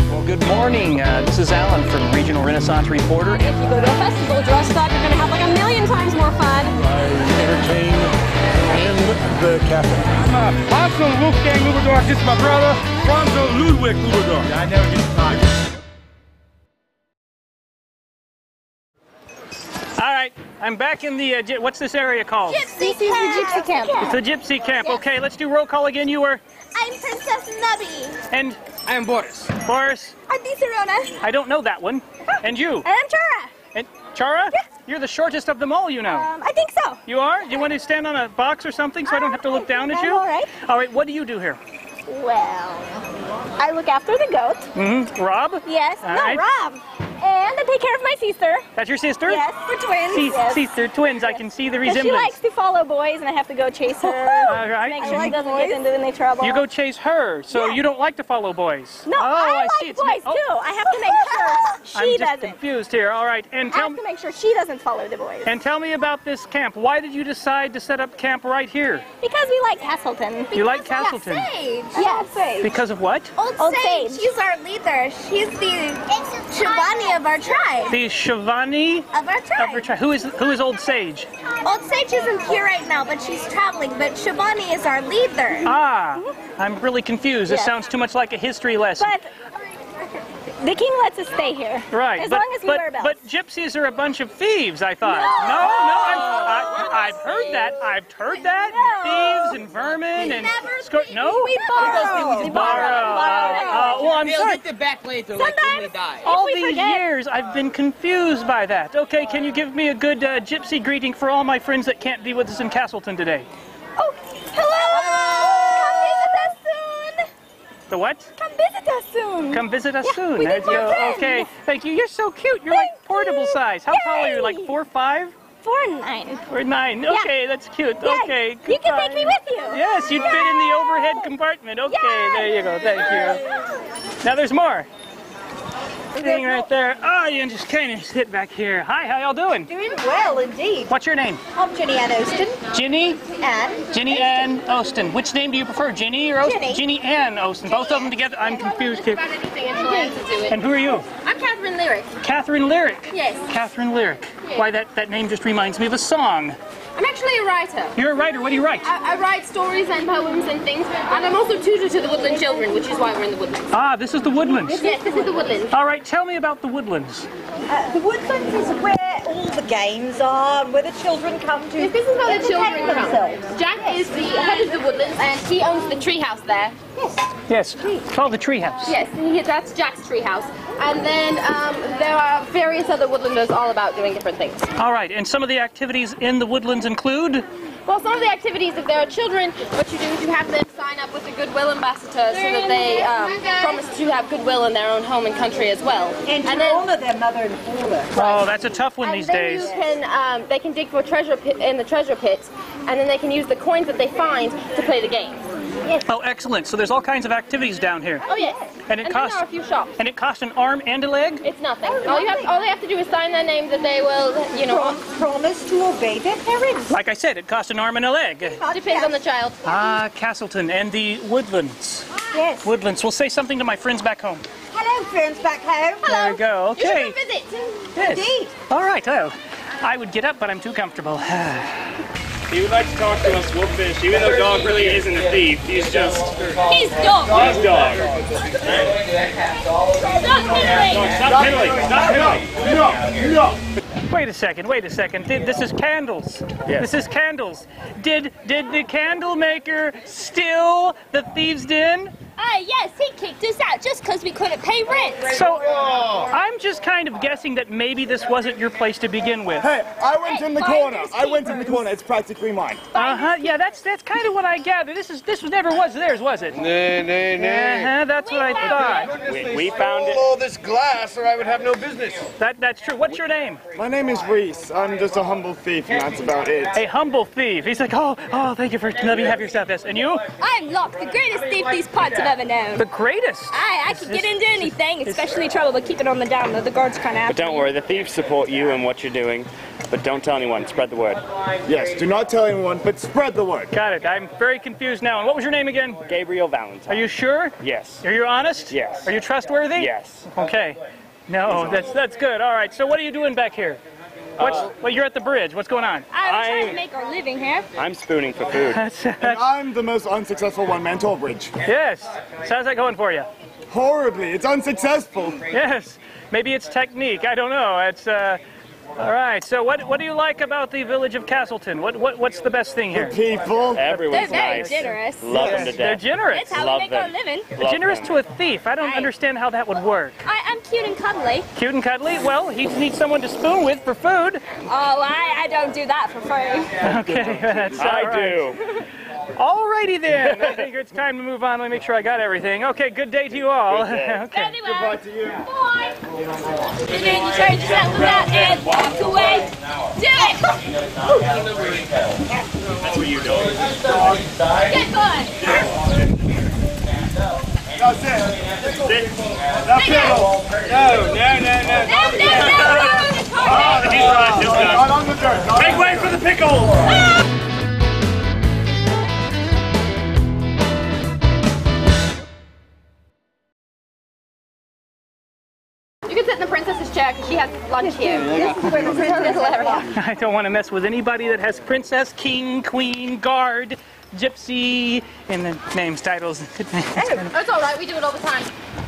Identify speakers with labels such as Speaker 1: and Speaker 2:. Speaker 1: Well, good morning. Uh, this is Alan from Regional Renaissance Reporter.
Speaker 2: If you go to a festival dressed up, you're going to have like a million times more fun.
Speaker 3: I entertain in the cafe.
Speaker 4: I'm from Wolfgang Ludendorff. This is my brother, Franzo Ludwig Ludendorff. I never get tired.
Speaker 1: All right, I'm back in the, uh, gy- what's this area called?
Speaker 2: This is the Gypsy Camp.
Speaker 1: It's the Gypsy Camp. Okay, let's do roll call again. You were,
Speaker 5: I'm Princess Nubby.
Speaker 1: and
Speaker 6: I am Boris.
Speaker 1: Boris,
Speaker 5: I'm Serona.
Speaker 1: I don't know that one.
Speaker 5: Ah.
Speaker 1: And you,
Speaker 5: And I'm Chara.
Speaker 1: and Chara, you're the shortest of them all, you know.
Speaker 5: Um, I think so.
Speaker 1: You are? Do you want to stand on a box or something so I don't have to look down at you?
Speaker 5: Uh, I'm all right.
Speaker 1: All right, what do you do here?
Speaker 5: Well, I look after the goat.
Speaker 1: Mm-hmm. Rob?
Speaker 5: Yes,
Speaker 1: All
Speaker 5: no,
Speaker 1: right.
Speaker 5: Rob. And I take care of my sister.
Speaker 1: That's your sister?
Speaker 5: Yes, we're twins.
Speaker 1: See,
Speaker 5: yes.
Speaker 1: see, they're twins. I can see the
Speaker 5: 'Cause
Speaker 1: resemblance.
Speaker 5: she likes to follow boys, and I have to go chase her.
Speaker 1: All right.
Speaker 5: Make
Speaker 1: I
Speaker 5: sure she
Speaker 1: like
Speaker 5: doesn't get into any trouble.
Speaker 1: You go chase her, so
Speaker 5: Yeah.
Speaker 1: you don't like to follow boys.
Speaker 5: No,
Speaker 1: oh,
Speaker 5: I, like
Speaker 1: see. It's
Speaker 5: boys
Speaker 1: oh,
Speaker 5: too. I have to make sure
Speaker 1: I'm
Speaker 5: she
Speaker 1: just
Speaker 5: doesn't.
Speaker 1: confused here. All right, and
Speaker 5: I
Speaker 1: tell
Speaker 5: have
Speaker 1: me
Speaker 5: to make sure she doesn't follow the boys.
Speaker 1: and tell me about this camp. Why did you decide to set up camp right here?
Speaker 5: Because we like Castleton.
Speaker 1: you like Castleton
Speaker 7: Sage.
Speaker 5: Yes.
Speaker 1: because of what?
Speaker 7: Old,
Speaker 5: Old
Speaker 7: Sage.
Speaker 5: Sage.
Speaker 7: She's our leader. She's the Shivani of our tribe.
Speaker 1: The Shivani
Speaker 7: Of our
Speaker 1: of her
Speaker 7: tribe.
Speaker 1: tri- Who is who is old sage?
Speaker 7: Old Sage isn't here right now, but she's traveling. But Shivani is our leader.
Speaker 1: Ah, I'm really confused. This
Speaker 5: Yeah.
Speaker 1: sounds too much like a history lesson.
Speaker 5: Mm-hmm. But the king lets us stay here.
Speaker 1: right,
Speaker 5: As
Speaker 1: but
Speaker 5: long as we
Speaker 1: but,
Speaker 5: wear belts.
Speaker 1: but gypsies are a bunch of thieves. I thought. No, no, I'm, I, I've heard that. I've heard that.
Speaker 5: No.
Speaker 1: Thieves and vermin and
Speaker 7: never
Speaker 1: scor-
Speaker 7: thieves.
Speaker 1: no.
Speaker 5: we borrow.
Speaker 6: We borrow.
Speaker 1: Uh, well, I'm
Speaker 6: They'll
Speaker 1: sorry.
Speaker 6: get the back later, like when we
Speaker 5: Sometimes
Speaker 6: die.
Speaker 1: All
Speaker 5: we
Speaker 1: these
Speaker 5: forget-
Speaker 1: years, I've been confused by that. Okay, can you give me a good uh, gypsy greeting for all my friends that can't be with us in Castleton today?
Speaker 5: Oh, hello!
Speaker 1: The what?
Speaker 5: Come visit us soon! Come visit
Speaker 1: Come visit us
Speaker 5: us soon! Yeah,
Speaker 1: soon.
Speaker 5: we need
Speaker 1: There you
Speaker 5: more
Speaker 1: go.
Speaker 5: friends.
Speaker 1: Okay, thank you. You're so cute. You're like
Speaker 5: Thank
Speaker 1: portable
Speaker 5: you.
Speaker 1: size. How tall are you? Like
Speaker 5: Yay.
Speaker 1: four, five,
Speaker 5: Four and nine.
Speaker 1: or nine? Okay, that's cute.
Speaker 5: Yeah,
Speaker 1: Okay,
Speaker 5: You can
Speaker 1: goodbye.
Speaker 5: take me with you!
Speaker 1: Yes, you'd fit in the overhead compartment. Okay,
Speaker 5: Yes.
Speaker 1: there you go. Thank you. Now there's more. Sitting right there. Oh, you can just kind of sit back here. Hi, how y'all doing?
Speaker 5: Doing well indeed.
Speaker 1: What's your name?
Speaker 5: I'm Jenny Ann Austin.
Speaker 1: Ginny?
Speaker 5: And?
Speaker 1: Ginny Ann Austin. Which name do you prefer, Ginny or Austin?
Speaker 5: Ginny.
Speaker 1: Ginny Ann Austin. Both of them together. I'm confused here. And who are you?
Speaker 8: I'm Catherine Lyric.
Speaker 1: Catherine Lyric.
Speaker 8: Yes.
Speaker 1: Catherine Lyric. Why that, that name just reminds me of a song.
Speaker 8: I'm actually a writer.
Speaker 1: You're a writer. What do you write?
Speaker 8: I, I write stories and poems and things, and I'm also tutor to the Woodland children, which is why we're in the Woodlands.
Speaker 1: Ah, this is the Woodlands.
Speaker 8: Yes, this is the Woodlands.
Speaker 1: All right, tell me about the Woodlands.
Speaker 9: The woodlands is where all the games are, and where the children come to.
Speaker 8: This is where the
Speaker 9: entertain
Speaker 8: children
Speaker 9: themselves.
Speaker 8: come. Jack is the head of the Woodlands, and he owns the treehouse there.
Speaker 1: Yes, it's called the Treehouse.
Speaker 8: Yes, and he, that's Jack's treehouse. And then um, there are various other Woodlanders all about doing different things.
Speaker 1: All right, and some of the activities in the Woodlands include.
Speaker 8: Well, some of the activities, if there are children, what you do is you have them sign up with the Goodwill Ambassador so that they um, promise to have goodwill in their own home and country as well.
Speaker 9: And to
Speaker 8: then-
Speaker 9: honour their mother and father.
Speaker 1: Oh, that's a tough one
Speaker 8: and
Speaker 1: these
Speaker 8: then
Speaker 1: days.
Speaker 8: you can, um, they can dig for a treasure pit in the treasure pit, and then they can use the coins that they find to play the game.
Speaker 1: Oh, excellent. So there's all kinds of activities down here.
Speaker 8: Oh yes.
Speaker 1: And it
Speaker 8: and
Speaker 1: costs-
Speaker 8: Then there are a few shops.
Speaker 1: And it costs an arm and a leg?
Speaker 8: It's Oh, nothing. all you have, all they have to do is sign their name that they will, you know.
Speaker 9: Prom- promise to obey their parents.
Speaker 1: Like I said, it costs an arm and a leg.
Speaker 8: Depends on the child.
Speaker 1: Ah, Castleton and the Woodlands.
Speaker 9: Yes.
Speaker 1: Woodlands. We'll say something to my friends back home.
Speaker 9: Hello, friends back home.
Speaker 1: There we go.
Speaker 8: You should
Speaker 1: Okay.
Speaker 8: come visit.
Speaker 1: Yes.
Speaker 9: Indeed.
Speaker 1: All right. Oh, I would get up, but I'm too comfortable.
Speaker 10: He would like to talk to us Wolffish, even though Dog really isn't a thief. He's just
Speaker 2: He's dog.
Speaker 10: he's Dog. Stop piddling! Stop piddling!
Speaker 1: wait a second. Wait a second. Th- This is candles. This is candles. Did did the candle maker steal the thieves' den?
Speaker 5: Uh,
Speaker 7: Ah, yes, he kicked us out just because we couldn't pay rent.
Speaker 1: So I'm just kind of guessing that maybe this wasn't your place to begin with.
Speaker 3: Hey, I went in the
Speaker 7: Hey,
Speaker 3: corner.
Speaker 7: finders
Speaker 3: I went in the corner. It's practically mine.
Speaker 1: Uh huh. Yeah, that's that's kind of what I gather. This is this was never was theirs, was it? Uh
Speaker 6: Nay, nay,
Speaker 1: huh. That's what I thought.
Speaker 10: We, we found it.
Speaker 6: all this glass, or I would have no business.
Speaker 1: That that's true. What's your name?
Speaker 3: My name is Reese. I'm just a humble thief, and that's about it.
Speaker 1: A humble thief. He's like, oh, oh, thank you for let me have yourself this. And you,
Speaker 7: I'm Locke, the greatest thief these parts have ever known.
Speaker 1: the greatest.
Speaker 7: I, I could get into
Speaker 5: do anything, especially trouble, but keep it on the down low. The guards kind of
Speaker 10: But
Speaker 5: after.
Speaker 10: don't worry, the thieves support you and what you're doing. But don't tell anyone. Spread the word.
Speaker 1: Yes,
Speaker 10: do not tell anyone, but spread the word.
Speaker 1: Got it. I'm very confused now. And what was your name again?
Speaker 10: Gabriel Valentine.
Speaker 1: Are you sure?
Speaker 10: Yes.
Speaker 1: Are you honest?
Speaker 10: Yes.
Speaker 1: Are you trustworthy?
Speaker 10: Yes.
Speaker 1: Okay. No, that's that's good. All right. So what are you doing back here? What's
Speaker 10: Uh,
Speaker 1: well, you're at the bridge. What's going on?
Speaker 5: I'm trying to make our living here.
Speaker 10: I'm spooning for food.
Speaker 3: and I'm the most unsuccessful one-man toll bridge.
Speaker 1: Yes. So how's that going for you?
Speaker 3: Horribly. It's unsuccessful.
Speaker 1: Yes. Maybe it's technique. I don't know. It's uh all right. So what what do you like about the village of Castleton? What what what's the best thing here?
Speaker 3: people.
Speaker 10: Everyone's
Speaker 5: They're very
Speaker 10: nice.
Speaker 5: generous.
Speaker 10: Love them to
Speaker 1: Yes,
Speaker 10: death.
Speaker 1: They're generous.
Speaker 5: That's how
Speaker 10: Love
Speaker 5: we make
Speaker 10: them.
Speaker 5: our living.
Speaker 10: Love
Speaker 1: generous
Speaker 10: them.
Speaker 1: to a thief. I don't understand how that would work.
Speaker 5: I, I'm cute and cuddly.
Speaker 1: Cute and cuddly. Well, he needs someone to spoon with for food.
Speaker 5: Oh, I, I don't do that for free.
Speaker 1: Okay, that's all
Speaker 10: I
Speaker 1: right.
Speaker 10: do.
Speaker 1: Alrighty then. I think it's time to move on. Let me make sure I got everything. Okay, good day to you all.
Speaker 10: Good day.
Speaker 1: okay.
Speaker 5: Goodbye to you. Bye. And then you turn yourself around and walk away. Do it.
Speaker 10: That's what you do.
Speaker 5: Good boy.
Speaker 11: That's it. That's it. No, no, no, no.
Speaker 5: No, no, no, not on
Speaker 11: Not on
Speaker 5: the carpet.
Speaker 11: the dirt. Make way for the pickle.
Speaker 8: You can sit in the princess's chair because she has lunch here. This is where the princess area.
Speaker 1: I don't want to mess with anybody that has princess, king, queen, guard, gypsy in the names, titles.
Speaker 8: That's all right. We do it all the time.